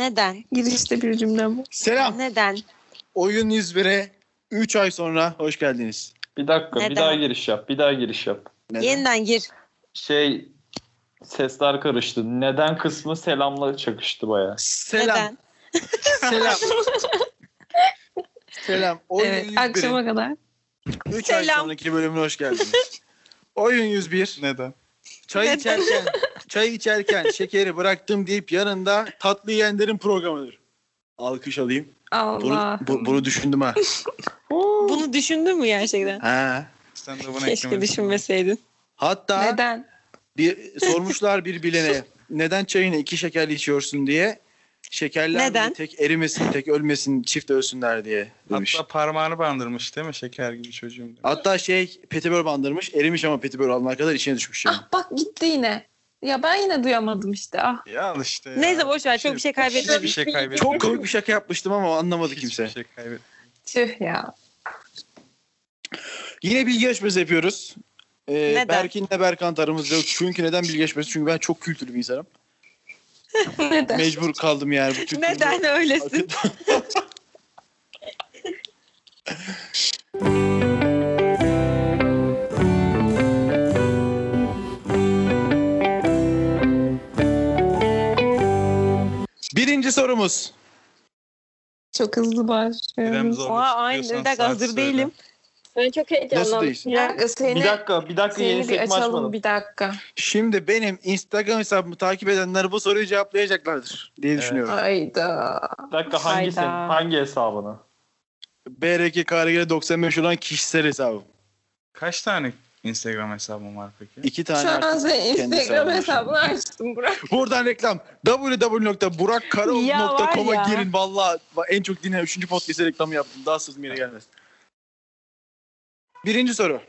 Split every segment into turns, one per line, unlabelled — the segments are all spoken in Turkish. Neden?
Girişte bir cümlem var.
Selam.
Neden?
Oyun 101'e 3 ay sonra hoş geldiniz.
Bir dakika
Neden?
bir daha giriş yap. Bir daha giriş yap.
Neden?
Yeniden gir.
Şey sesler karıştı. Neden kısmı selamla çakıştı baya.
Selam.
Neden?
Selam. Selam. Oyun
Evet,
101'in
akşama kadar.
3 ay
Selam.
sonraki bölümüne hoş geldiniz. Oyun 101.
Neden?
Çay
Neden?
içerken, çay içerken şekeri bıraktım deyip yanında tatlı yiyenlerin programıdır. Alkış alayım. Bunu,
Allah.
bu- bunu düşündüm ha.
Bunu düşündün mü gerçekten?
ha.
Sen de buna
Keşke
eklemelisin.
düşünmeseydin.
Hatta
Neden?
bir sormuşlar bir bilene neden çayını iki şekerli içiyorsun diye. Şekerler bile
Neden?
tek erimesin, tek ölmesin, çift ölsünler diye demiş.
Hatta parmağını bandırmış değil mi? Şeker gibi çocuğum. demiş.
Hatta şey petibör bandırmış. Erimiş ama petibör alana kadar içine düşmüş yani.
Ah bak gitti yine. Ya ben yine duyamadım işte. Ah.
Ya al işte ya.
Neyse boş ver çok bir şey
Hiçbir
kaybetmedik.
şey kaybetmedim.
Çok komik bir şaka yapmıştım ama anlamadı
Hiçbir
kimse.
şey kaybetmedim.
Tüh ya.
Yine bilgi yarışması yapıyoruz. Ee,
Neden?
Berkin'le Berkant aramızda yok. Çünkü neden bilgi yarışması? Çünkü ben çok kültürlü bir insanım.
Neden?
Mecbur kaldım yani. Bu kültürlü-
Neden öylesin?
Birinci sorumuz.
Çok hızlı
İrem
başlıyoruz.
zor.
Oha aynı bir dakika hazır değilim.
Ben çok
Nasıl
heyecanlandım.
değilsin?
Bir dakika
Bir
seni,
dakika bir dakika yeni
seni bir
sekme açmadım.
açalım bir dakika.
Şimdi benim Instagram hesabımı takip edenler bu soruyu cevaplayacaklardır diye
Evet.
düşünüyorum.
Hayda.
Bir dakika hangi senin?
Hayda.
Hangi hesabını?
BRK KRG 95 olan kişisel hesabım.
Kaç tane Instagram hesabım var peki?
İki
Şu
tane
an
artık.
senin
kendi
Instagram
hesabını
hesabını açtım Burak.
Buradan reklam. www.burakkarol.com'a
Ya var ya.
girin. Valla en çok dinlenen 3. podcast'e reklamı yaptım. Daha sızım yere gelmez. Birinci soru.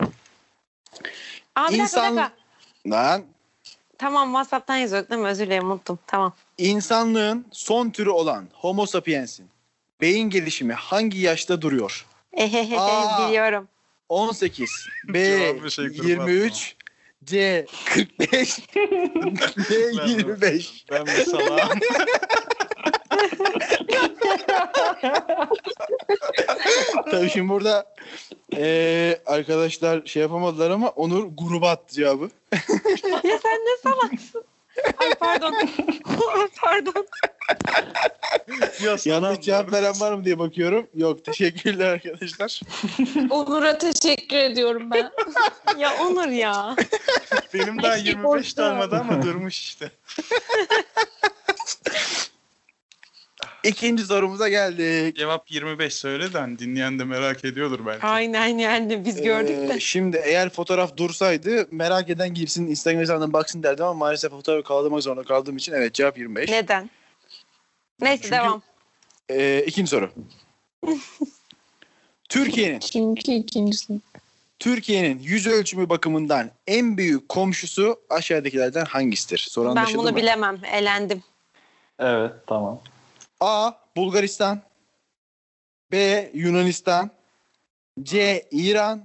Aa bir dakika bir
İnsan-
dakika.
Lan
Tamam WhatsApp'tan yazıyorduk değil mi? Özür dilerim unuttum. Tamam.
İnsanlığın son türü olan Homo sapiens'in beyin gelişimi hangi yaşta duruyor?
Ehehehe
Aa.
biliyorum.
18, B
Cevabı şey kurban
23, C 45, D 25.
Ben bir salağım.
Tabii şimdi burada eee, arkadaşlar şey yapamadılar ama Onur gruba attı cevabı.
ya sen ne salaksın? Ay pardon. pardon.
Yanlış cevap veren var mı diye bakıyorum. Yok teşekkürler arkadaşlar.
Onur'a teşekkür ediyorum ben.
Ya Onur ya.
Benim daha
Eski
25
borçlu.
dolmadı ama durmuş işte.
İkinci sorumuza geldik.
Cevap 25 söyle de hani dinleyen de merak ediyordur belki.
Aynen yani biz
Ee,
gördük de.
Şimdi eğer fotoğraf dursaydı merak eden girsin Instagram hesabından baksın derdim ama maalesef fotoğrafı kaldırmak zorunda kaldığım için evet cevap 25.
Neden? Neyse
Çünkü-
devam.
Ee, ikinci soru. Türkiye'nin
Çünkü ikincisi.
Türkiye'nin yüz ölçümü bakımından en büyük komşusu aşağıdakilerden hangisidir? Soru
ben
anlaşıldı
bunu
mı?
bilemem. Elendim.
Evet tamam.
A. Bulgaristan B. Yunanistan C. İran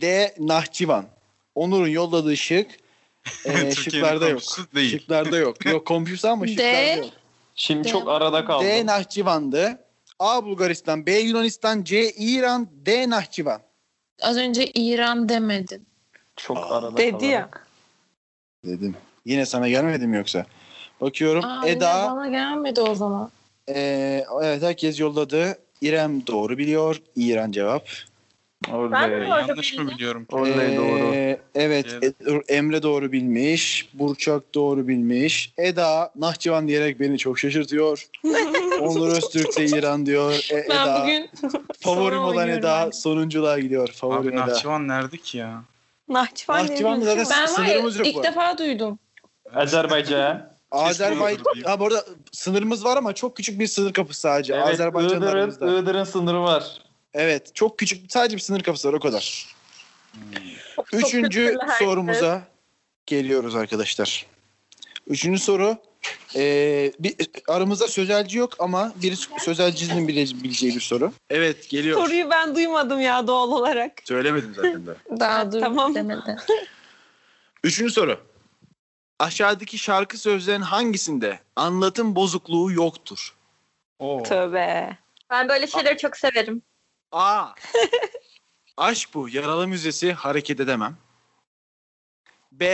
D. Nahçıvan Onur'un yolladığı şık ee,
Türkiye'nin
şıklarda yok.
komşusu değil.
Şıklarda yok. Yok komşusu ama
D.
şıklarda yok.
Şimdi
Devam.
çok arada kaldım.
D. Nahçıvan'dı. A. Bulgaristan B. Yunanistan C. İran D. Nahçıvan
Az önce İran demedin.
Çok arada
Dedi ya.
kalarak.
Dedim. Yine sana gelmedim yoksa. Bakıyorum
Aa, yine
Eda
bana gelmedi o zaman.
ee, evet herkes yolladı. İrem doğru biliyor. İran cevap.
Ben
Oley.
mi var?
Ee, Yanlış mı biliyorum?
Oley
Ee,
doğru.
Evet
Evet.
E- Emre doğru bilmiş. Burçak doğru bilmiş. Eda Nahçıvan diyerek beni çok şaşırtıyor. Onur Öztürk de İran diyor. E,
Ben
Eda
bugün
favorim
sonra
olan
oynuyorum şey.
Eda
ben.
sonunculuğa gidiyor.
Abi
Favorim Eda.
Nahçıvan nerede ki ya?
Nahçıvan diye
Nahçıvan
gözüküyor.
zaten-
ben var
Sınırımız
ya
yok bu
ilk
arada.
defa duydum.
Azerbaycan.
Azerbaycan.
Kesin Irak'ı
Ha bu arada sınırımız var ama çok küçük bir sınır kapısı sadece.
Evet,
Azerbaycan'la
Iğdır'ın,
aramızda.
Iğdır'ın sınırı var.
Evet çok küçük sadece bir sınır kapısı var o kadar.
Çok- çok
Üçüncü
kültürlü herkes.
sorumuza geliyoruz arkadaşlar. Üçüncü soru. Ee, bir, aramızda sözelci yok ama bir sözelcinin bile, bileceği bir soru. Evet geliyor.
Soruyu ben duymadım ya doğal olarak.
Söylemedim zaten de.
Daha duydum
tamam.
demedi.
Üçüncü soru. Aşağıdaki şarkı sözlerinin hangisinde anlatım bozukluğu yoktur?
Oo.
Tövbe.
Ben böyle şeyleri çok severim.
A. Aşk bu. Yaralı müzesi hareket edemem. B.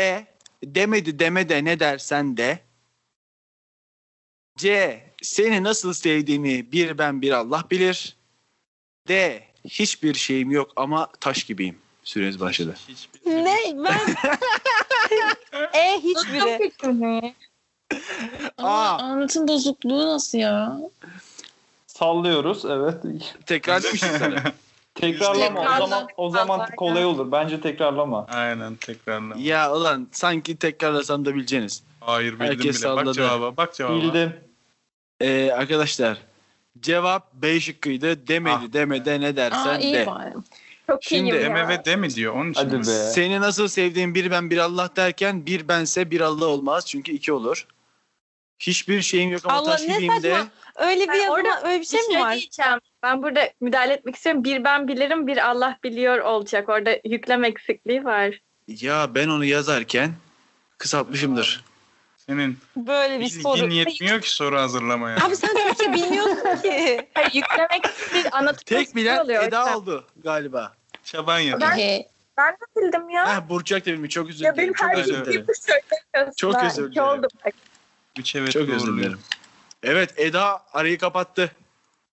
Demedi deme de ne dersen de. C. Seni nasıl sevdiğimi bir ben bir Allah bilir. D. Hiçbir şeyim yok ama taş gibiyim. Süreniz başladı.
Hiçbir- şey
Ne? Ben... e hiçbiri.
Ama
Aa.
anlatım bozukluğu nasıl ya?
Sallıyoruz evet.
Tekrar demiştim sana.
Tekrarlama o
Tekrarla.
zaman o zaman kolay olur. Bence tekrarlama.
Aynen tekrarla.
ya ulan sanki tekrarlasam da bileceğiniz.
Hayır bildim
Herkes
bile.
salladı.
Bak cevaba. Bak cevaba.
Bildim.
Ee, arkadaşlar cevap B şıkkıydı. Demedi
Ah.
deme de ne dersen
Aa, iyi
de.
bari.
Çok
Şimdi
iyiyim
Deme
ya.
ve deme diyor. Onun için
Hadi
mi?
be.
Seni nasıl sevdiğim bir ben bir Allah derken bir bense bir Allah olmaz çünkü iki olur. Hiçbir şeyim yok ama
Allah
taş
ne
gibiyim de.
saçma. Öyle bir
Ben
yazıma
orada
öyle bir şey
Bir
mi var?
diyeceğim. Ben burada müdahale etmek istiyorum. Bir ben bilirim, bir Allah biliyor olacak. Orada yüklem eksikliği var.
Ya ben onu yazarken kısaltmışımdır.
Senin
Böyle bir
hiç
soru.
ilgin yetmiyor ki soru hazırlamaya.
Abi sen Türkçe bilmiyorsun ki.
Hayır, yüklem eksikliği anlatıp
Tek bilen
şey oluyor.
Eda
İşte.
oldu galiba.
Şaban ya.
Ben-
Ehe.
Ben de bildim ya.
Heh, Burçak da bilmiyor. Çok özür
ya
dilerim.
benim
Çok
her
özür
şeyi
dilerim.
dilerim.
bir söylemiyorsun.
Çok
Ha,
özür
iki oldu bak.
Üç evet
Çok özür
doğruluyor.
dilerim. Evet Eda arayı kapattı.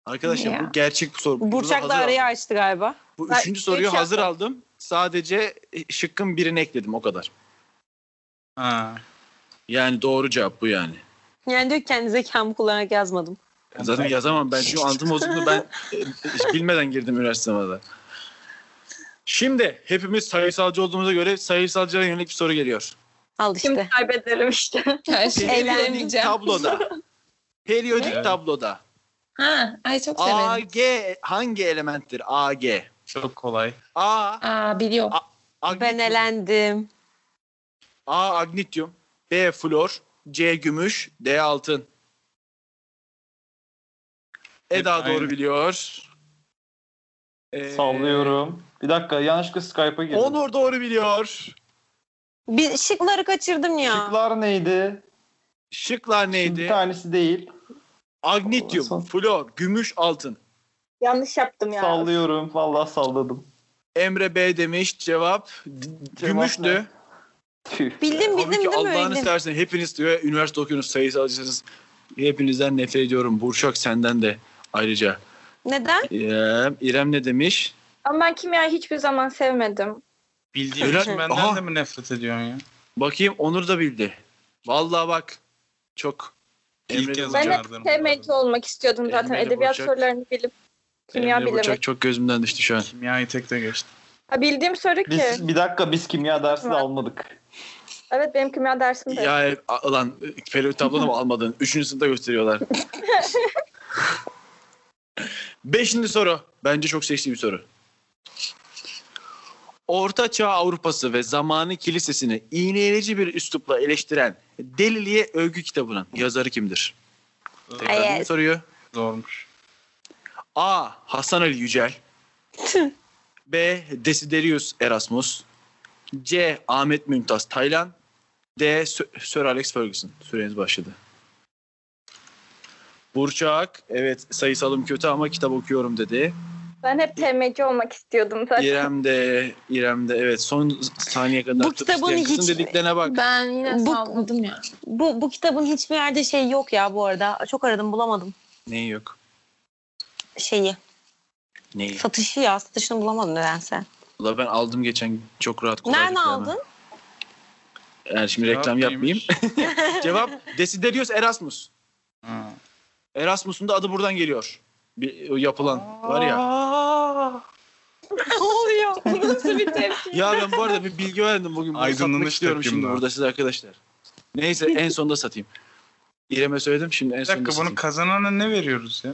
Arkadaşlar
Ya.
bu gerçek bir soru. Bunu
Burçak da
hazır
arayı
aldım.
açtı galiba.
Bu
Ben
üçüncü soruyu
üç
hazır aldım. Sadece şıkkın birini ekledim o kadar.
Ha.
Yani doğru cevap bu yani.
Yani diyor ki kendi zekamı kullanarak yazmadım.
Zaten yazamam ben çünkü anlatım bozukluğu ben e, hiç bilmeden girdim üniversite sınavına. Şimdi hepimiz sayısalcı olduğumuza göre sayısalcılara yönelik bir soru geliyor.
Al işte.
Şimdi kaybederim işte.
Her şey şeyi
Eğlendim,
Periyodik
bilemeyeceğim.
tabloda. Periyodik
Ne?
tabloda.
Ha, ay çok severim.
AG hangi elementtir? AG.
Çok kolay.
A.
Aa, biliyorum.
ben
Agnityum.
elendim.
A. Agnityum. B. Flor. C. Gümüş. D. Altın. Eda
Hep
doğru
aynı.
biliyor. Ee,
Sallıyorum. Bir dakika yanlışlıkla Skype'a girdim.
Onur doğru biliyor.
Bir şıkları kaçırdım ya.
Şıklar neydi?
Şıklar
Bir
neydi?
tanesi değil.
Agnityum,
Son-
flor, gümüş, altın.
Yanlış yaptım ya.
Sallıyorum. Vallahi salladım.
Emre B demiş cevap, d-
Cevap
gümüştü.
ne? Tüh.
Bildim
Halbuki
bildim değil mi?
Allah'ını
Bildim.
istersen hepiniz diyor üniversite okuyorsunuz sayısalcısınız. Hepinizden nefret ediyorum. Burçak senden de ayrıca.
Neden?
İrem, İrem ne demiş?
Ama ben kimyayı hiçbir zaman sevmedim.
Bildiğin
Öyle-
için benden
Aha.
de mi nefret ediyorsun ya?
Bakayım Onur da bildi. Vallahi bak çok
İlk
Emre,
yazı
Ben
Hocam
hep
yardım
sevmeci
lazım.
olmak istiyordum zaten.
Emre'yle
Edebiyat
Burçak.
sorularını bilip kimya
Emre
bilemedim.
Burçak çok gözümden düştü şu an.
Kimyayı tek de geçti.
Ha, bildiğim soru ki.
Biz, bir dakika biz kimya dersi de
Var.
almadık.
Evet benim kimya dersim de.
Ya e, a- lan periyodik tablonu mu almadın? Üçüncü sınıfta gösteriyorlar. Beşinci soru. Bence çok seksi bir soru. Orta Çağ Avrupası ve zamanı kilisesini iğneleyici bir üslupla eleştiren Delili'ye övgü kitabının yazarı kimdir? Tekrar
Hayır.
bunu soruyor.
Zormuş.
A. Hasan Ali Yücel. B. Desiderius Erasmus. C. Ahmet Mümtaz Taylan. D. Sö- Sir Alex Ferguson. Süreniz başladı. Burçak, evet sayısalım kötü ama kitap okuyorum dedi.
Ben hep TMC olmak istiyordum zaten.
İrem de, İrem de evet son saniye kadar
Bu
tıp isteyen
kitabını
kızın
hiç-
dediklerine bak.
Ben yine
Bu-
salladım ya.
Bu, bu kitabın hiçbir yerde şey yok ya bu arada. Çok aradım bulamadım
Neyi yok?
şeyi.
Neyi?
Satışı ya satışını bulamadım nedense.
Ulan ben aldım geçen gün. çok rahat
Nereden
kolaylıkla hemen.
aldın?
Yani şimdi reklam
Cevap
yapmayayım.
neymiş?
Cevap Desiderius Erasmus.
Ha.
Erasmus'un da adı buradan geliyor. Bir, o yapılan var ya.
ne oluyor?
Nasıl bir tepki?
Ya ben bu arada bir bilgi verdim bugün. Bunu
Aydınlanış
satmak istiyorum
tepkim
şimdi
var.
burada size arkadaşlar. Neyse en sonda satayım. İrem'e söyledim şimdi en
Bir
sonunda
dakika bunu
satayım.
kazanana ne veriyoruz ya?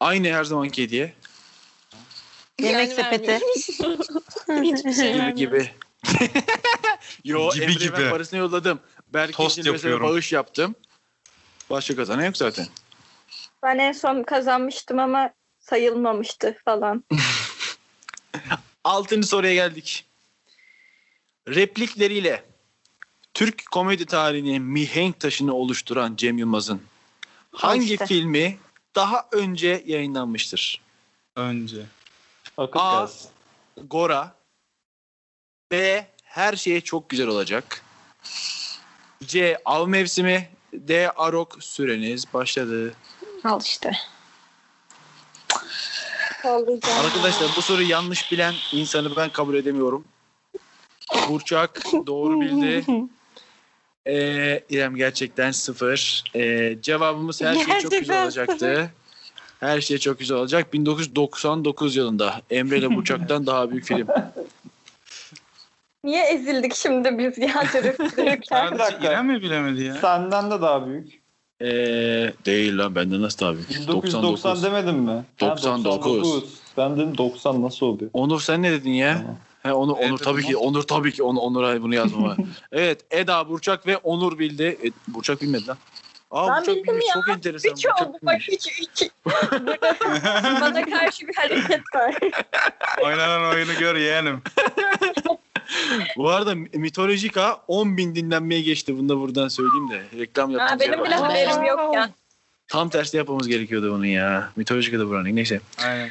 Aynı her zamanki hediye.
Yemek
Yani
sepeti.
vermiyorum. Hiçbir
Ee,
şey
Gibi
vermiyorum.
gibi. Yo
Gibi
Emre'ye ben
gibi.
parasını yolladım. Berke
Tost
için mesela
yapıyorum.
bağış yaptım. Başka kazanan yok zaten.
Ben en son kazanmıştım ama sayılmamıştı falan.
Altıncı soruya geldik. Replikleriyle Türk komedi tarihinin mihenk taşını oluşturan Cem Yılmaz'ın hangi
işte.
filmi daha önce yayınlanmıştır?
Önce.
Akıl
Aa.
gelsin.
Gora B. Her şeye çok güzel olacak. C. Av mevsimi D. Arok süreniz başladı.
Al işte.
Kollayacağım.
Arkadaşlar bu soruyu yanlış bilen insanı ben kabul edemiyorum. Burçak doğru bildi. Ee, İrem gerçekten sıfır. Ee, cevabımız her şey çok güzel
Gerçekten
olacaktı. Her şey çok güzel olacak. 1999 yılında Emre ile Burçak'tan daha büyük film.
Niye ezildik şimdi biz ya dürüp dürürken?
Sadece
dakika.
İrem mi bilemedi ya?
Senden de daha büyük.
Ee, değil lan benden nasıl daha büyük?
1990
99.
demedim mi? Ha,
99.
Ben dedim 90 nasıl oluyor?
Onur sen ne dedin ya?
Tamam.
He, Onur,
Evet,
Onur tabii
dedim
ki Onur tabii ki Onur, Onur'a bunu yazmama. evet Eda Burçak ve Onur bildi. E, Burçak bilmedi lan. Aa,
Ben
Burçak
bildim
bilmiş,
ya.
Çok enteresan.
Hiç
Burçak
oldu bak
bilmiş.
hiç hiç. Bana karşı bir hareket var.
Oynanan oyunu gör yeğenim.
Bu arada mitolojik ha 10 bin dinlenmeye geçti. Bunu da buradan söyleyeyim de. Reklam yaptım.
Ha, benim bile
Aa.
haberim yok ya.
Tam tersi yapmamız gerekiyordu bunu ya. Mitolojik da buranın. Neyse.
Aynen.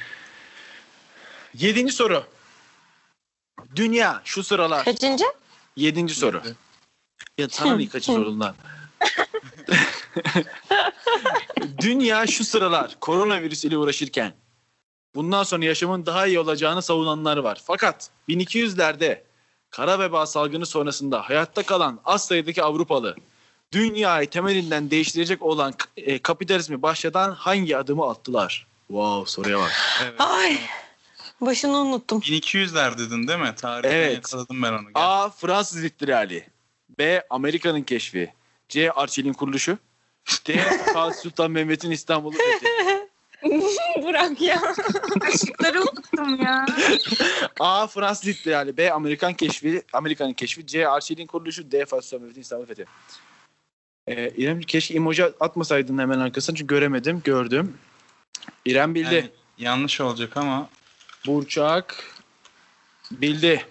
Yedinci soru. Dünya şu sıralar.
Kaçıncı?
Yedinci soru. Ya sana ne kaçı sorundan. Dünya şu sıralar koronavirüs ile uğraşırken bundan sonra yaşamın daha iyi olacağını savunanlar var. Fakat 1200'lerde kara veba salgını sonrasında hayatta kalan az sayıdaki Avrupalı dünyayı temelinden değiştirecek olan e, kapitalizmi başlatan hangi adımı attılar? Wow soruya bak.
Evet.
Ay. Başını unuttum.
1200'ler dedin değil mi? Tarihten
Evet.
yakaladım ben onu. Gel.
A. Fransız İhtilali B. Amerika'nın keşfi C. Arçelik'in kuruluşu D. Fatih Sultan Mehmet'in İstanbul'u fethi.
Burak ya.
Şıkları unuttum ya.
A. Fransız İhtilali B. Amerikan keşfi Amerika'nın keşfi C. Arçelik'in kuruluşu D. Fatih Sultan Mehmet'in İstanbul fethi. Ee, İrem keşke emoji atmasaydın hemen arkasına çünkü göremedim gördüm. İrem bildi.
Yani yanlış olacak ama
Burçak bildi.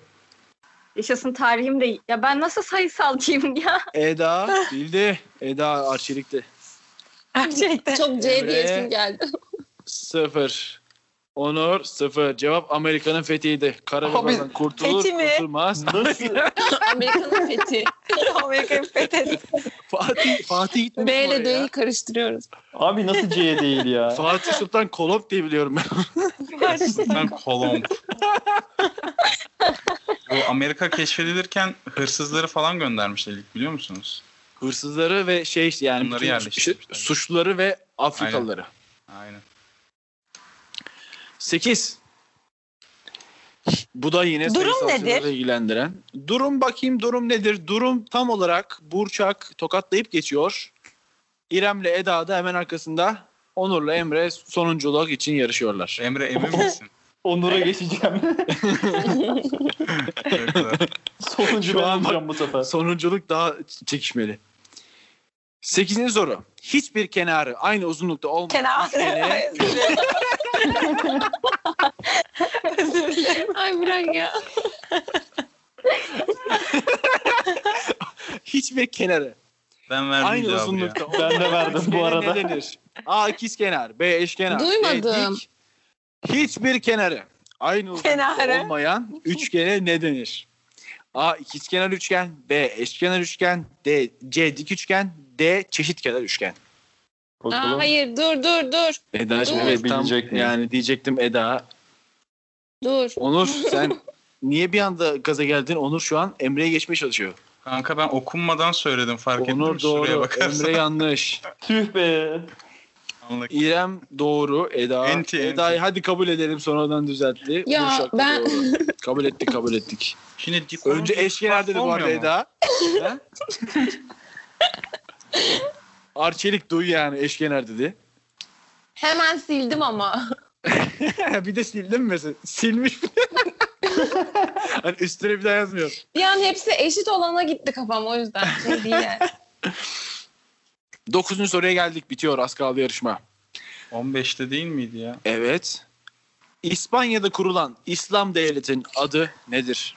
Yaşasın tarihim de ya ben nasıl sayısalcıyım ya.
Eda bildi. Eda Arçelik'ti.
Gerçekten.
Çok C
diyesim
geldi.
Sıfır. Onur sıfır. Cevap Amerika'nın fethiydi. Karababadan kurtulur
fethi mi?
kurtulmaz.
Nasıl?
Amerika'nın fethi.
Amerika'yı fethettik.
Fatih, Fatih gitmemiş
B
mi oraya
ile D'yi
ya?
karıştırıyoruz.
Abi nasıl C değil ya?
Fatih Sultan Kolomb diye biliyorum ben.
ben kolomb. Bu Amerika keşfedilirken hırsızları falan göndermişler ilk biliyor musunuz?
Hırsızları ve şey işte yani
Bunları
bütün
yerleştirmişler.
su- suçluları ve Afrikalıları.
Aynen.
8. Bu da yine
Durum
sayısalcıları
nedir?
ilgilendiren. Durum bakayım durum nedir? Durum tam olarak Burçak tokatlayıp geçiyor. İrem'le Eda da hemen arkasında. Onur'la Emre sonunculuk için yarışıyorlar.
Emre emin misin?
Onur'a geçeceğim.
Çok güzel.
Sonuncu
Şu
ben
an bak-
olacağım bu sefer.
Sonunculuk daha ç- çekişmeli. 8. soru. Hiçbir kenarı aynı uzunlukta olmayan
Kenar.
Sene-
Ay Burak ya.
hiçbir kenarı
Ben verdim
aynı
cevabı ya.
uzunlukta olmayan
Ben de verdim bu
üçgene
arada.
Ne denir? A ikizkenar, B eşkenar. C
Duymadım.
dik. Hiçbir kenarı aynı uzunlukta
Kenarı.
olmayan üçgene ne denir? A ikizkenar üçgen, B eşkenar üçgen, D C dik üçgen, D çeşitkenar üçgen.
Bakalım.
Aa, hayır dur dur dur.
Eda'cığım
Dur.
evet tam
Bilecek miyim?
yani diyecektim Eda.
Dur.
Onur sen niye bir anda gaza geldin? Onur şu an Emre'ye geçmeye çalışıyor.
Kanka ben okunmadan söyledim fark ettim.
Onur
Şuraya
doğru,
bakarsan
Emre yanlış.
Tüh be.
anlık.
İrem doğru, Eda.
Enti, enti.
Eda'yı hadi kabul edelim sonradan düzeltti.
Ya,
Burçak da
ben-
doğru. kabul ettik, kabul ettik.
Şimdi dik
Önce
olunca
eşkenar dedi bu
olmuyor
arada
mu?
Eda. Ha? Arçelik duy yani eşkenar dedi.
Hemen sildim ama.
bir de sildim mi mesela? Silmiş mi? hani üstüne bir daha yazmıyor.
Bir an hepsi eşit olana gitti kafam o yüzden. Şey değil yani.
Dokuzuncu soruya geldik. Bitiyor az kaldı yarışma.
15'te değil miydi ya?
Evet. İspanya'da kurulan İslam devletinin adı nedir?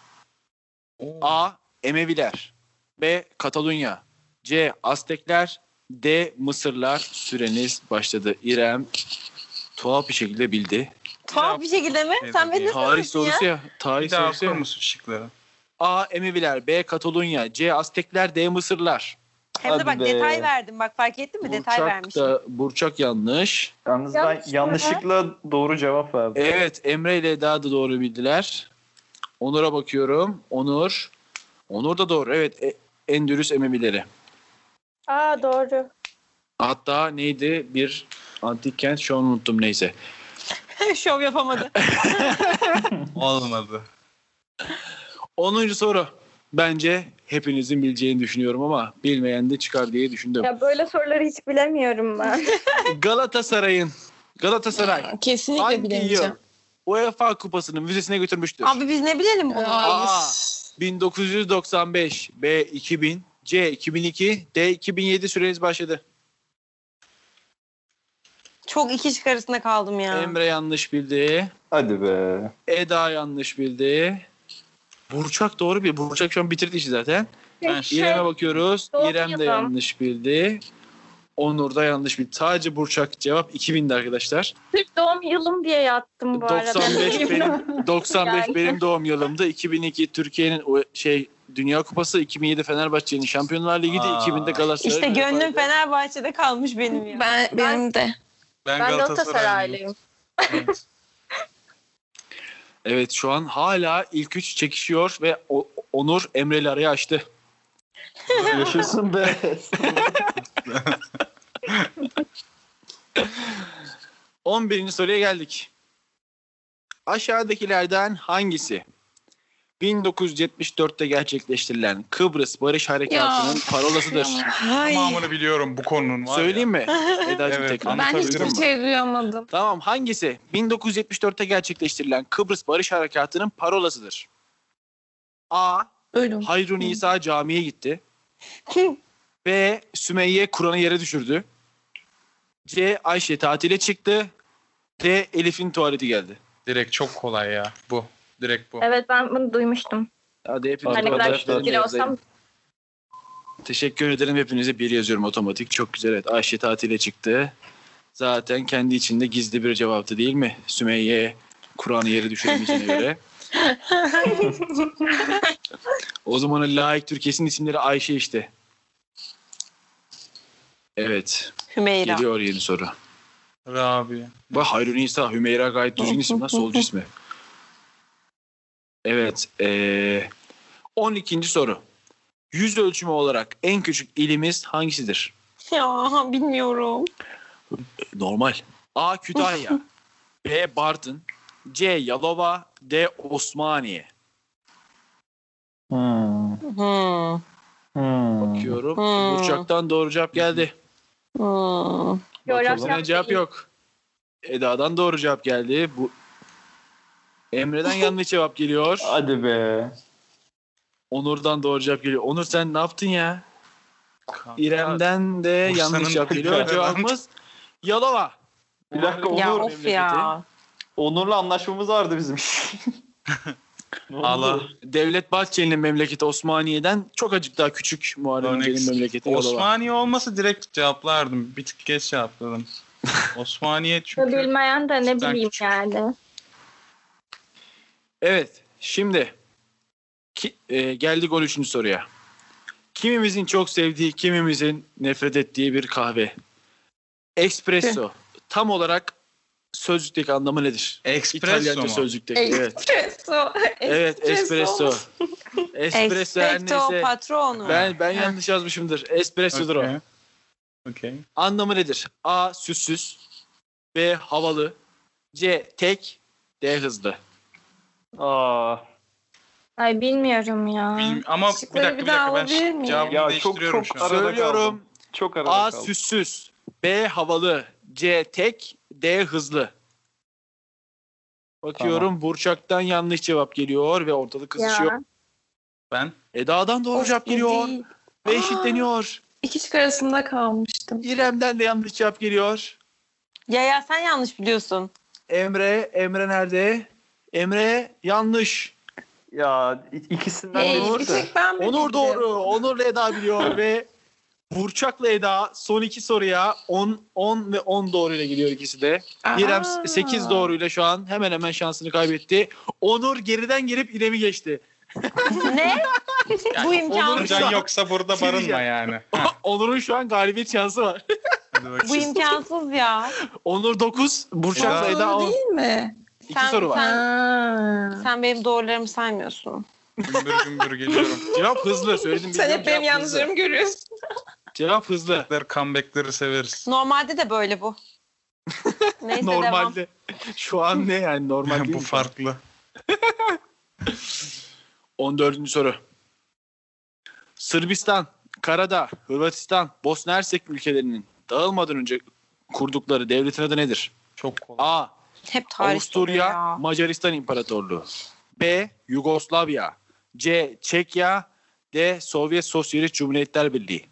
Oo.
A. Emeviler B. Katalunya. C. Aztekler. D. Mısırlar. Süreniz başladı. İrem tuhaf bir şekilde bildi.
Tuhaf bir şekilde mi?
Evet,
Sen beni ne
Tarih
sanıyorsun ya?
sorusu ya. Tarih
Bir daha
sorusu
okur
ya.
musun şıkları?
A. Emeviler. B. Katalunya. C. Aztekler. D. Mısırlar.
Hem de
Hadi
bak
be.
detay verdim. Bak fark ettin mi? detay
Burçak
vermişim.
da Burçak yanlış.
Yalnız ben
Yanlış mı?
yanlışlıkla doğru cevap verdim.
Evet Emre ile Eda da doğru bildiler. Onur'a bakıyorum. Onur. Onur da doğru. Evet e- Endülüs Emevileri.
Aa doğru.
Hatta neydi bir antik kent şu an unuttum neyse.
Şov yapamadı.
Olmadı.
10. soru. Bence hepinizin bileceğini düşünüyorum ama bilmeyen de çıkar diye düşündüm.
Ya böyle soruları hiç bilemiyorum ben.
Galatasaray'ın Galatasaray
Kesinlikle
hangi yıl
bilemeyeceğim.
UEFA kupasının müzesine götürmüştür?
Abi biz ne bilelim bunu?
Ay,
Aa.
üf.
1995, B 2000, C 2002, D 2007 süreniz başladı.
Çok iki şık arasında kaldım ya.
Emre yanlış bildi.
Hadi be.
Eda E yanlış bildi. Burçak doğru bir. Burçak şu an bitirdi işi zaten.
Ben
Şey-
İrem'e bakıyoruz.
doğru
İrem de
yazan.
yanlış bildi. Onur da yanlış bildi. Sadece Burçak cevap 2000'di arkadaşlar.
Sırf doğum yılım diye yattım bu arada.
95 benim 95
Yani.
benim doğum yılımdı. 2002 Türkiye'nin o şey Dünya Kupası, 2007 Fenerbahçe'nin Şampiyonlar Ligi'ydi,
Aa.
2000'de Galatasaray.
İşte gönlüm Fenerbahçe'de kalmış benim ya.
Ben, benim de.
Ben,
Ben
Galatasaraylıyım.
Galatasaraylıyım.
Evet.
Evet şu an hala ilk üç çekişiyor ve O- Onur Emre'li arayı açtı.
Yaşasın be.
Evet. 11. soruya geldik. Aşağıdakilerden hangisi 1974'te gerçekleştirilen Kıbrıs Barış Harekatı'nın parolasıdır?
Ay.
Tamamını biliyorum bu konunun var
Söyleyeyim mi? Eda'cığım
Evet,
tekrar.
Ben
Anlatabilirim mi?
hiçbir şey duyamadım.
Tamam hangisi 1974'te gerçekleştirilen Kıbrıs Barış Harekatı'nın parolasıdır? A.
Ölüm.
Hayrun İsa camiye gitti. B. Sümeyye Kur'an'ı yere düşürdü. C. Ayşe tatile çıktı. D. Elif'in tuvaleti geldi.
ya. Direkt çok kolay ya bu. Direkt bu.
Evet ben bunu duymuştum.
Hadi hepiniz
Hani
Arkadaşlar,
ben
fotoğraflarını
fikir
yazayım.
olsam
Teşekkür ederim hepinize bir yazıyorum otomatik. Çok güzel evet. Ayşe tatile çıktı. Zaten kendi içinde gizli bir cevaptı değil mi? Sümeyye Kur'an'ı yere düşüremeyeceğine göre. o zamanın layık Türkiye'sinin isimleri Ayşe işte. Evet.
Hümeyra.
Geliyor yeni soru.
Rabia.
Bak Hayrun İsa, Hümeyra gayet düzgün isim lan. Solcu ismi. Evet. eee, 12. soru. Yüz ölçümü olarak en küçük ilimiz hangisidir?
Ya bilmiyorum.
Normal. A. Kütahya. B. Bartın. C. Yalova. D. Osmaniye.
Hmm.
Hmm.
Hmm.
Diyorum.
Hmm.
Burçak'tan doğru cevap geldi.
Hmm.
Batuhan'a
coğrafyam
cevap
değil.
yok. Eda'dan doğru cevap geldi. Bu Emre'den yanlış cevap geliyor.
Hadi be.
Onur'dan doğru cevap geliyor. Onur sen ne yaptın ya?
Kanka,
İrem'den de
Bursa'nın
yanlış cevap geliyor.
tekrar-
Cevabımız Yalova.
Bir dakika Onur.
Ya of ya.
Onur'la anlaşmamız vardı bizim. Ne oldu?
Allah.
Devlet Bahçeli'nin memleketi Osmaniye'den çok acık daha küçük Muharrem
Örnek-
İnce'nin memleketi Yalova.
Osmaniye olmasa direkt cevaplardım. Bir tık geç cevapladım. Osmaniye çünkü
Bilmeyen de ne
Küçükten
bileyim
küçük.
yani.
Evet şimdi ki, e, geldik 13. soruya. Kimimizin çok sevdiği, kimimizin nefret ettiği bir kahve. Espresso.
Eh.
Tam olarak sözlükteki anlamı nedir?
Espresso
İtalyanca
mu?
sözlükteki.
Eh.
Evet.
Espresso.
Evet, espresso. Espresso her
Expecto
neyse.
patronu.
Ben ben yanlış yazmışımdır. Espresso'dur o.
Okey. Okey.
Anlamı nedir? A. Süssüz. B. Havalı. C. Tek. D. Hızlı.
Aa,
Ay bilmiyorum ya.
Bil- Ama bir
Şıkları
dakika
bir
bir
daha
dakika ben
alabilir miyim?
cevabımı
Ya çok-
değiştiriyorum
çok
şu an.
arada
Söylüyorum.
kaldım. çok arada
A.
kaldım.
Süssüz. B. Havalı. C. Tek. D. Hızlı. Bakıyorum Burçak'tan yanlış cevap geliyor ve ortalık kızışıyor.
Ya.
Ben
Eda'dan doğru cevap geliyor ve eşitleniyor.
İki şık arasında kalmıştım.
İrem'den de yanlış cevap geliyor.
Ya ya sen yanlış biliyorsun.
Emre, Emre nerede? Emre yanlış.
Ya i- ikisinden
Hey,
de
Ee, bir
çıktı.
tek ben mi
Onur
bildim?
doğru. Onur'la Eda biliyor ve Burçak'la Eda son iki soruya 10 10 ve 10 doğruyla gidiyor ikisi de.
Aa.
İrem 8 doğruyla şu an hemen hemen şansını kaybetti. Onur geriden gelip İrem'i geçti.
ne?
Bu
Onur
imkansız.
şu
Can
an-
yoksa burada
Bir şey
barınma
diyeceğim.
yani.
Onur'un şu an galibiyet şansı var.
Hadi bakayım.
Bu imkansız ya.
Onur 9, Burçak'la
Eda-
Eda
Doğru
10.
değil mi?
İki
Sen-
soru var.
sen-
Ha.
Sen benim doğrularımı saymıyorsun.
Gümbür gümbür geliyorum.
Cevap hızlı
Sen
söyledim. biliyorum,
hep benim
cevap hızlı.
yanlışlarımı görüyorsun.
Cevap hızlı.
Comeback'leri severiz.
Normalde de böyle bu. Neyse devam.
Normalde. Şu an ne yani normal değil
Bu
mi?
farklı.
14. soru. Sırbistan, Karadağ, Hırvatistan, Bosna Hersek ülkelerinin dağılmadan önce kurdukları devletin adı nedir?
Çok kolay.
A.
Hep tarih
Avusturya,
soruyor ya.
Macaristan İmparatorluğu. B. Yugoslavya. C. Çekya. D. Sovyet Sosyalist Cumhuriyetler Birliği.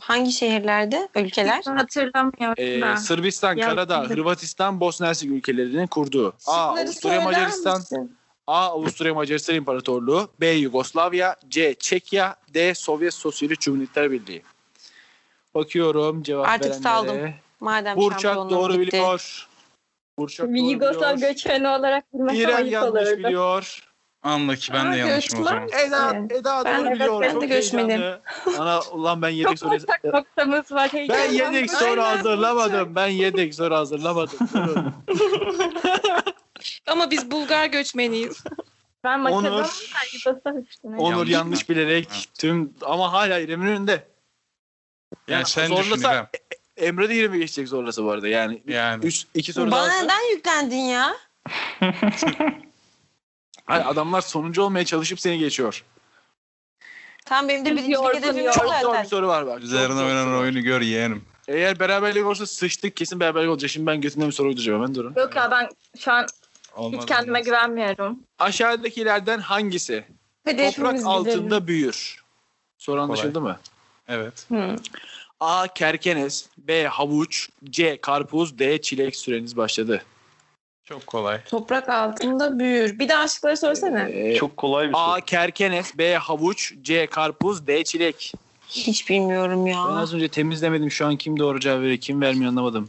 Hangi şehirlerde? Ülkeler?
Hatırlamıyorum
Ee,
ben.
Sırbistan,
Ya,
Karadağ,
şimdi-
Hırvatistan, Bosna Hersek ülkelerinin kurduğu. A.
Şıkları
Avusturya,
söyler
Macaristan.
misin?
A. Avusturya Macaristan İmparatorluğu B. Yugoslavya C. Çekya D. Sovyet Sosyalist Cumhuriyetler Birliği Bakıyorum cevap
Artık
verenlere.
saldım. Madem
Burçak
şampiyonluğum
doğru
gitti.
biliyor. Burçak
Bir Yugoslav
doğru biliyor.
göçmeni olarak bilmesem
İrem
ayıp
yanlış
olurdu.
biliyor.
Anla ki ben de
Aa,
yanlışım o
göçmen.
zaman.
Eda,
Evet.
Eda
Ben-
doğru
evet,
biliyor.
ben de
Çok
göçmenim.
heyecanlı. Ana ulan ben yedek
Çok
soru
ortak noktamız var.
ben
heyecanlandım.
yedek soru
Aynen,
hazırlamadım. Ben yedek soru hazırlamadım. Durun.
Ama biz Bulgar göçmeniyiz.
Ben Makedon
Onur,
Yugoslav üstüne.
Onur
Yanlış
yanlış
Ha.
bilerek tüm ama hala İrem'in önünde.
Yani sen düşün
zorlasa-
İrem.
Emre de 20 geçecek zorlasa bu arada. Yani
Yani.
Üç, iki soru daha.
Bana neden yüklendin ya?
Hayır, adamlar sonuncu olmaya çalışıp seni geçiyor.
Tam benim de
Biz
birinci
yorgun,
hedefim
yorgun.
Çok
zaten.
zor bir soru var bak. Çok
Üzerine
zor bir soru
oynanan
var.
oyunu gör yeğenim.
Eğer beraberlik olursa sıçtık kesin beraberlik olacak. Şimdi ben götümden bir soru uyduracağım hemen durun.
Yok ya ben şu an
Olmaz,
hiç kendime
olmaz.
güvenmiyorum.
Aşağıdakilerden hangisi
Hadi
toprak
hepimiz
altında
gidelim.
büyür? Soru anlaşıldı mı?
Evet.
Hı.
A. Kerkenes B. Havuç C. Karpuz D. Çilek süreniz başladı.
Çok kolay.
Toprak altında büyür. Bir daha şıkları söylesene.
Ee,
Çok kolay bir
A.
soru.
Kerkenes B. Havuç C. Karpuz D. Çilek
Hiç bilmiyorum
Ben
ya.
az önce temizlemedim. Şu an kim doğru cevap verir, kim vermiyor anlamadım.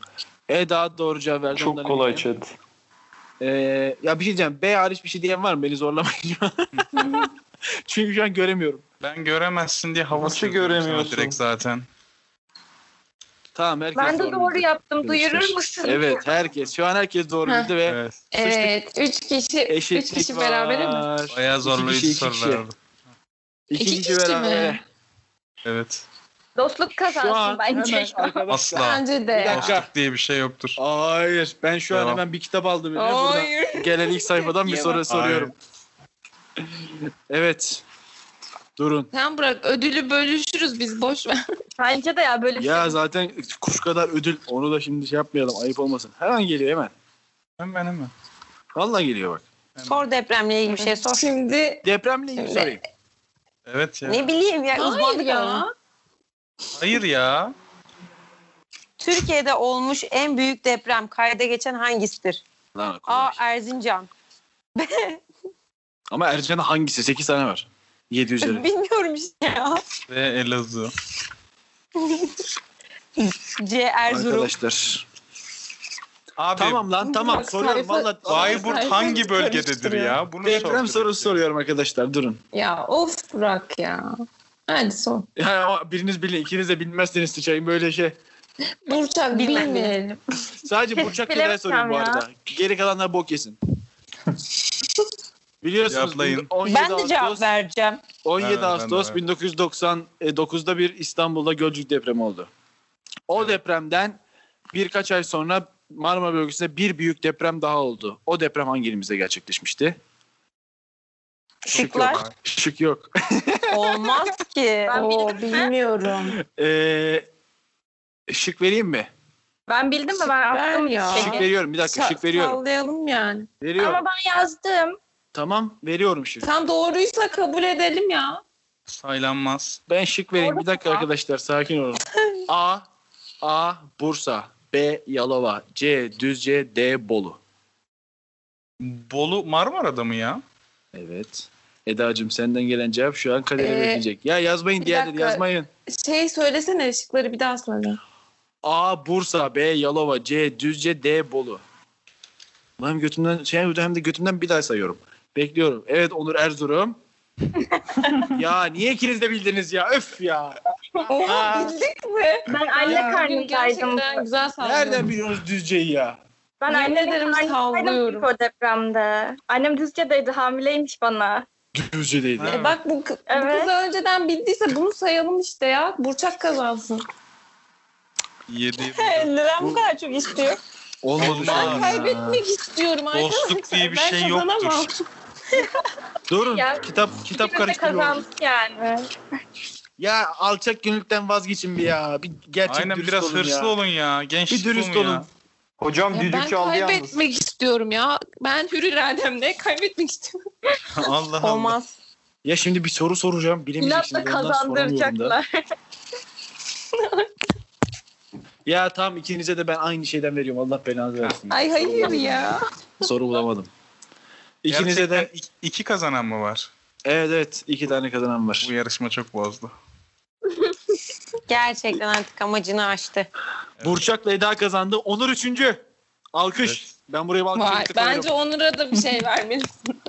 Eda doğru cevap verdi.
Çok
ondan
kolay
eminim.
chat.
Ee, ya bir şey diyeceğim. B hariç bir şey diyen var mı? Beni zorlamayın. Çünkü şu an göremiyorum.
Ben göremezsin diye hava
Nasıl
sürdüm sana
göremiyorsun?
Direkt zaten.
Tamam herkes
Ben de
doğru
doğru
bildi.
yaptım. Duyurur
Arkadaşlar.
musun?
Evet herkes. Şu an herkes doğru
Heh.
bildi ve
Evet.
Evet. Üç kişi,
eşitlik
üç kişi
var.
berabere mi?
Bayağı zorlayıcı
kişi, iki
sorular.
kişi.
oldu.
İki,
İki
kişi,
kişi mi?
berabere.
Evet.
Dostluk
Şu an
kazansın bence.
hemen arkadaşlar-
Asla.
Bence
Bir
de.
dakika.
Dostluk diye bir şey yoktur.
Hayır. Ben şu an
Devam.
hemen bir kitap aldım. eline. Buradan
Hayır.
gelen ilk sayfadan bir soru soruyorum. Evet. Durun.
Sen bırak ödülü bölüşürüz biz boş ver.
Bence de ya böyle bir
Ya zaten kuş kadar ödül. Onu da şimdi şey yapmayalım. Ayıp olmasın. Hemen geliyor hemen.
Hemen hemen.
Vallahi geliyor bak.
Sor depremle ilgili bir şey sor.
Şimdi
Depremle ilgili
Öyle.
sorayım.
Evet ya.
Ne bileyim ya
Hayır
uzmanlık
ya.
alanı.
Hayır ya.
Türkiye'de olmuş en büyük deprem kayda geçen hangisidir?
Lan,
A. Erzincan.
Ama Ercan'ın hangisi? 8 tane var. 7 üzeri.
Bilmiyorum işte ya.
Ve Elazığ.
C. Erzurum.
Arkadaşlar.
Abi
Tamam lan tamam.
Bak,
Soruyorum
sayfa-
valla.
Bayburt
Sayfa
hangi bölgededir
karıştırıyor.
ya? Bunu
Deprem
sor
sorusu soruyorum arkadaşlar. Durun.
Ya of bırak ya. Hadi son.
Yani ama biriniz bilin. ikiniz de bilmezseniz sıçayım böyle şey.
Burçak
Bilmem.
bilmeyelim.
Sadece Burçak
bilemem
Tülay soruyorum bu
ya.
arada. Geri kalanlar bok yesin. Biliyorsunuz
Cevaplayın.
17
Ben de cevap
Ağustos,
vereceğim.
17
Evet, ben de,
Ağustos
evet.
1999'da e, bir İstanbul'da Gölcük depremi oldu. O
Evet.
depremden birkaç ay sonra Marmara bölgesinde bir büyük deprem daha oldu. O deprem hangi ilimizde gerçekleşmişti?
Şıklar.
yok. Şık yok.
Olmaz ki.
Ben
Oo
bildim.
bilmiyorum.
Ee, şık vereyim mi?
Ben bildim mi? Ben
Ver
attım.
ya.
Şık veriyorum. Bir dakika
Sa-
şık veriyorum.
Sallayalım yani.
Veriyorum.
Ama ben yazdım.
Tamam veriyorum şık.
Tam doğruysa kabul edelim ya.
Saylanmaz.
Ben şık vereyim. Bir dakika arkadaşlar sakin olun. A. A. Bursa. B. Yalova. C. Düzce. D. Bolu.
Bolu Marmara'da mı ya?
Evet. Eda'cığım senden gelen cevap şu an kadere
Ee,
verilecek. Ya yazmayın
bir
diğerleri
dakika.
yazmayın.
Şey söylesene ışıkları bir daha söyle.
A. Bursa. B. Yalova. C. Düzce. D. Bolu. Ulan Hem götümden, şey, hem de götümden bir daha sayıyorum. Bekliyorum. Evet Onur Erzurum. ya niye ikiniz de bildiniz ya? Öf ya.
Oha bildik mi?
Ben anne
Ya,
Bugün
karnındaydım.
gerçekten güzel
Nereden
salladın.
biliyorsunuz Düzce'yi ya?
Ben
Yemin
anne
ederim sallıyorum.
o depremde. Annem Düzce'deydi hamileymiş bana.
Düzce'deydi.
Ha.
E bak bu, kı- bu
Evet.
kız önceden bildiyse bunu sayalım işte ya. Burçak kazansın.
7
Neden bu kadar çok istiyor?
Olmadı şu
Olmaz.
an.
Ben kaybetmek istiyorum arkadaşlar.
Dostluk diye bir
Ben
şey
kazanamam.
yoktur.
Durun.
Ya,
kitap kitap
İkimiz de
karıştırıyor.
kazandık yani.
Ya alçak gönüllükten vazgeçin bir ya. Bir gerçek
Aynen
dürüst
biraz
olun
hırslı
ya.
olun ya. Gençlik
Bir dürüst
olun
olun.
ya.
Hocam
Ya ben
düdük aldı yalnız.
kaybetmek istiyorum ya. Ben hür irademle kaybetmek istiyorum.
Allah Allah.
Olmaz.
Ya şimdi bir soru soracağım. Bilemeyeceksiniz.
İnatla
ondan soramıyorum da.
kazandıracaklar.
Ya tamam ikinize de ben aynı şeyden veriyorum. Allah belanızı versin.
Ay hayır ya.
soru bulamadım. İkinize
İkinize
de
iki kazanan mı var?
evet evet iki tane kazanan var.
Bu yarışma çok bozdu.
Gerçekten artık amacını aştı.
Evet.
Burçak'la Eda kazandı. Onur üçüncü. Alkış.
Evet.
Ben buraya bir alkış
Vay,
birlikte koyarım.
bence Onur'a da bir şey vermelisin.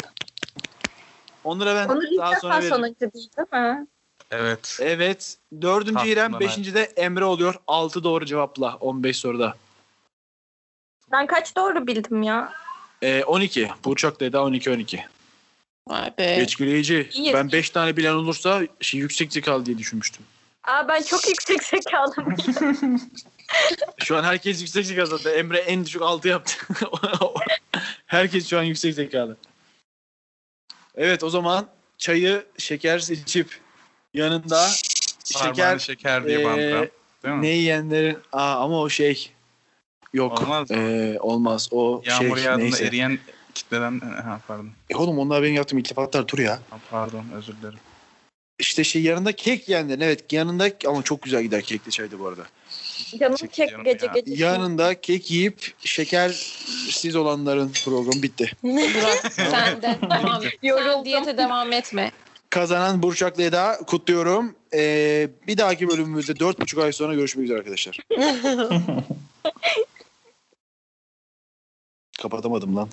Onur'a ben
Onu ilk
daha sonra
defa
veririm.
sonuncu değil değil mi?
Evet.
Evet. Dördüncü
Tatlım
İrem,
hemen.
beşinci de Emre oluyor. Altı doğru cevapla 15 soruda.
Ben kaç doğru bildim ya?
Ee, 12. Burçak'la Eda 12 12.
Vay be.
Etkileyici.
İyi.
Ben 5 tane bilen olursa şey, yüksek zekalı diye düşünmüştüm.
Aa ben çok yüksek zekalım.
Şu an herkes yüksek zekalı zaten. Emre en düşük 6 yaptı. herkes şu an yüksek zekalı. Evet o zaman çayı şekersiz içip yanında
Şeker,
şeker
şeker diye
ee,
bandıran. Değil mi?
ne yiyenlerin Aa, ama o şey yok.
Olmaz mı?
Ee, olmaz. O
Yağmur
şey
yağdığında
neyse.
eriyen kitleden... Ha, pardon.
E oğlum onlar benim yaptığım iltifatlar dur ya.
Ha, pardon özür dilerim.
İşte şey yanında kek yiyenlerin evet yanında ama çok güzel gider kekli çaydı bu arada.
Canım
Çek
çek
canım
gece
ya.
gece.
Yanında kek yiyip şekersiz olanların programı bitti.
Burak sen de devam et. Sen
Yoruldum.
diyete devam etme.
Kazanan Burçak'la Eda kutluyorum. Ee, bir dahaki bölümümüzde 4,5 ay sonra görüşmek üzere arkadaşlar. Kapatamadım lan.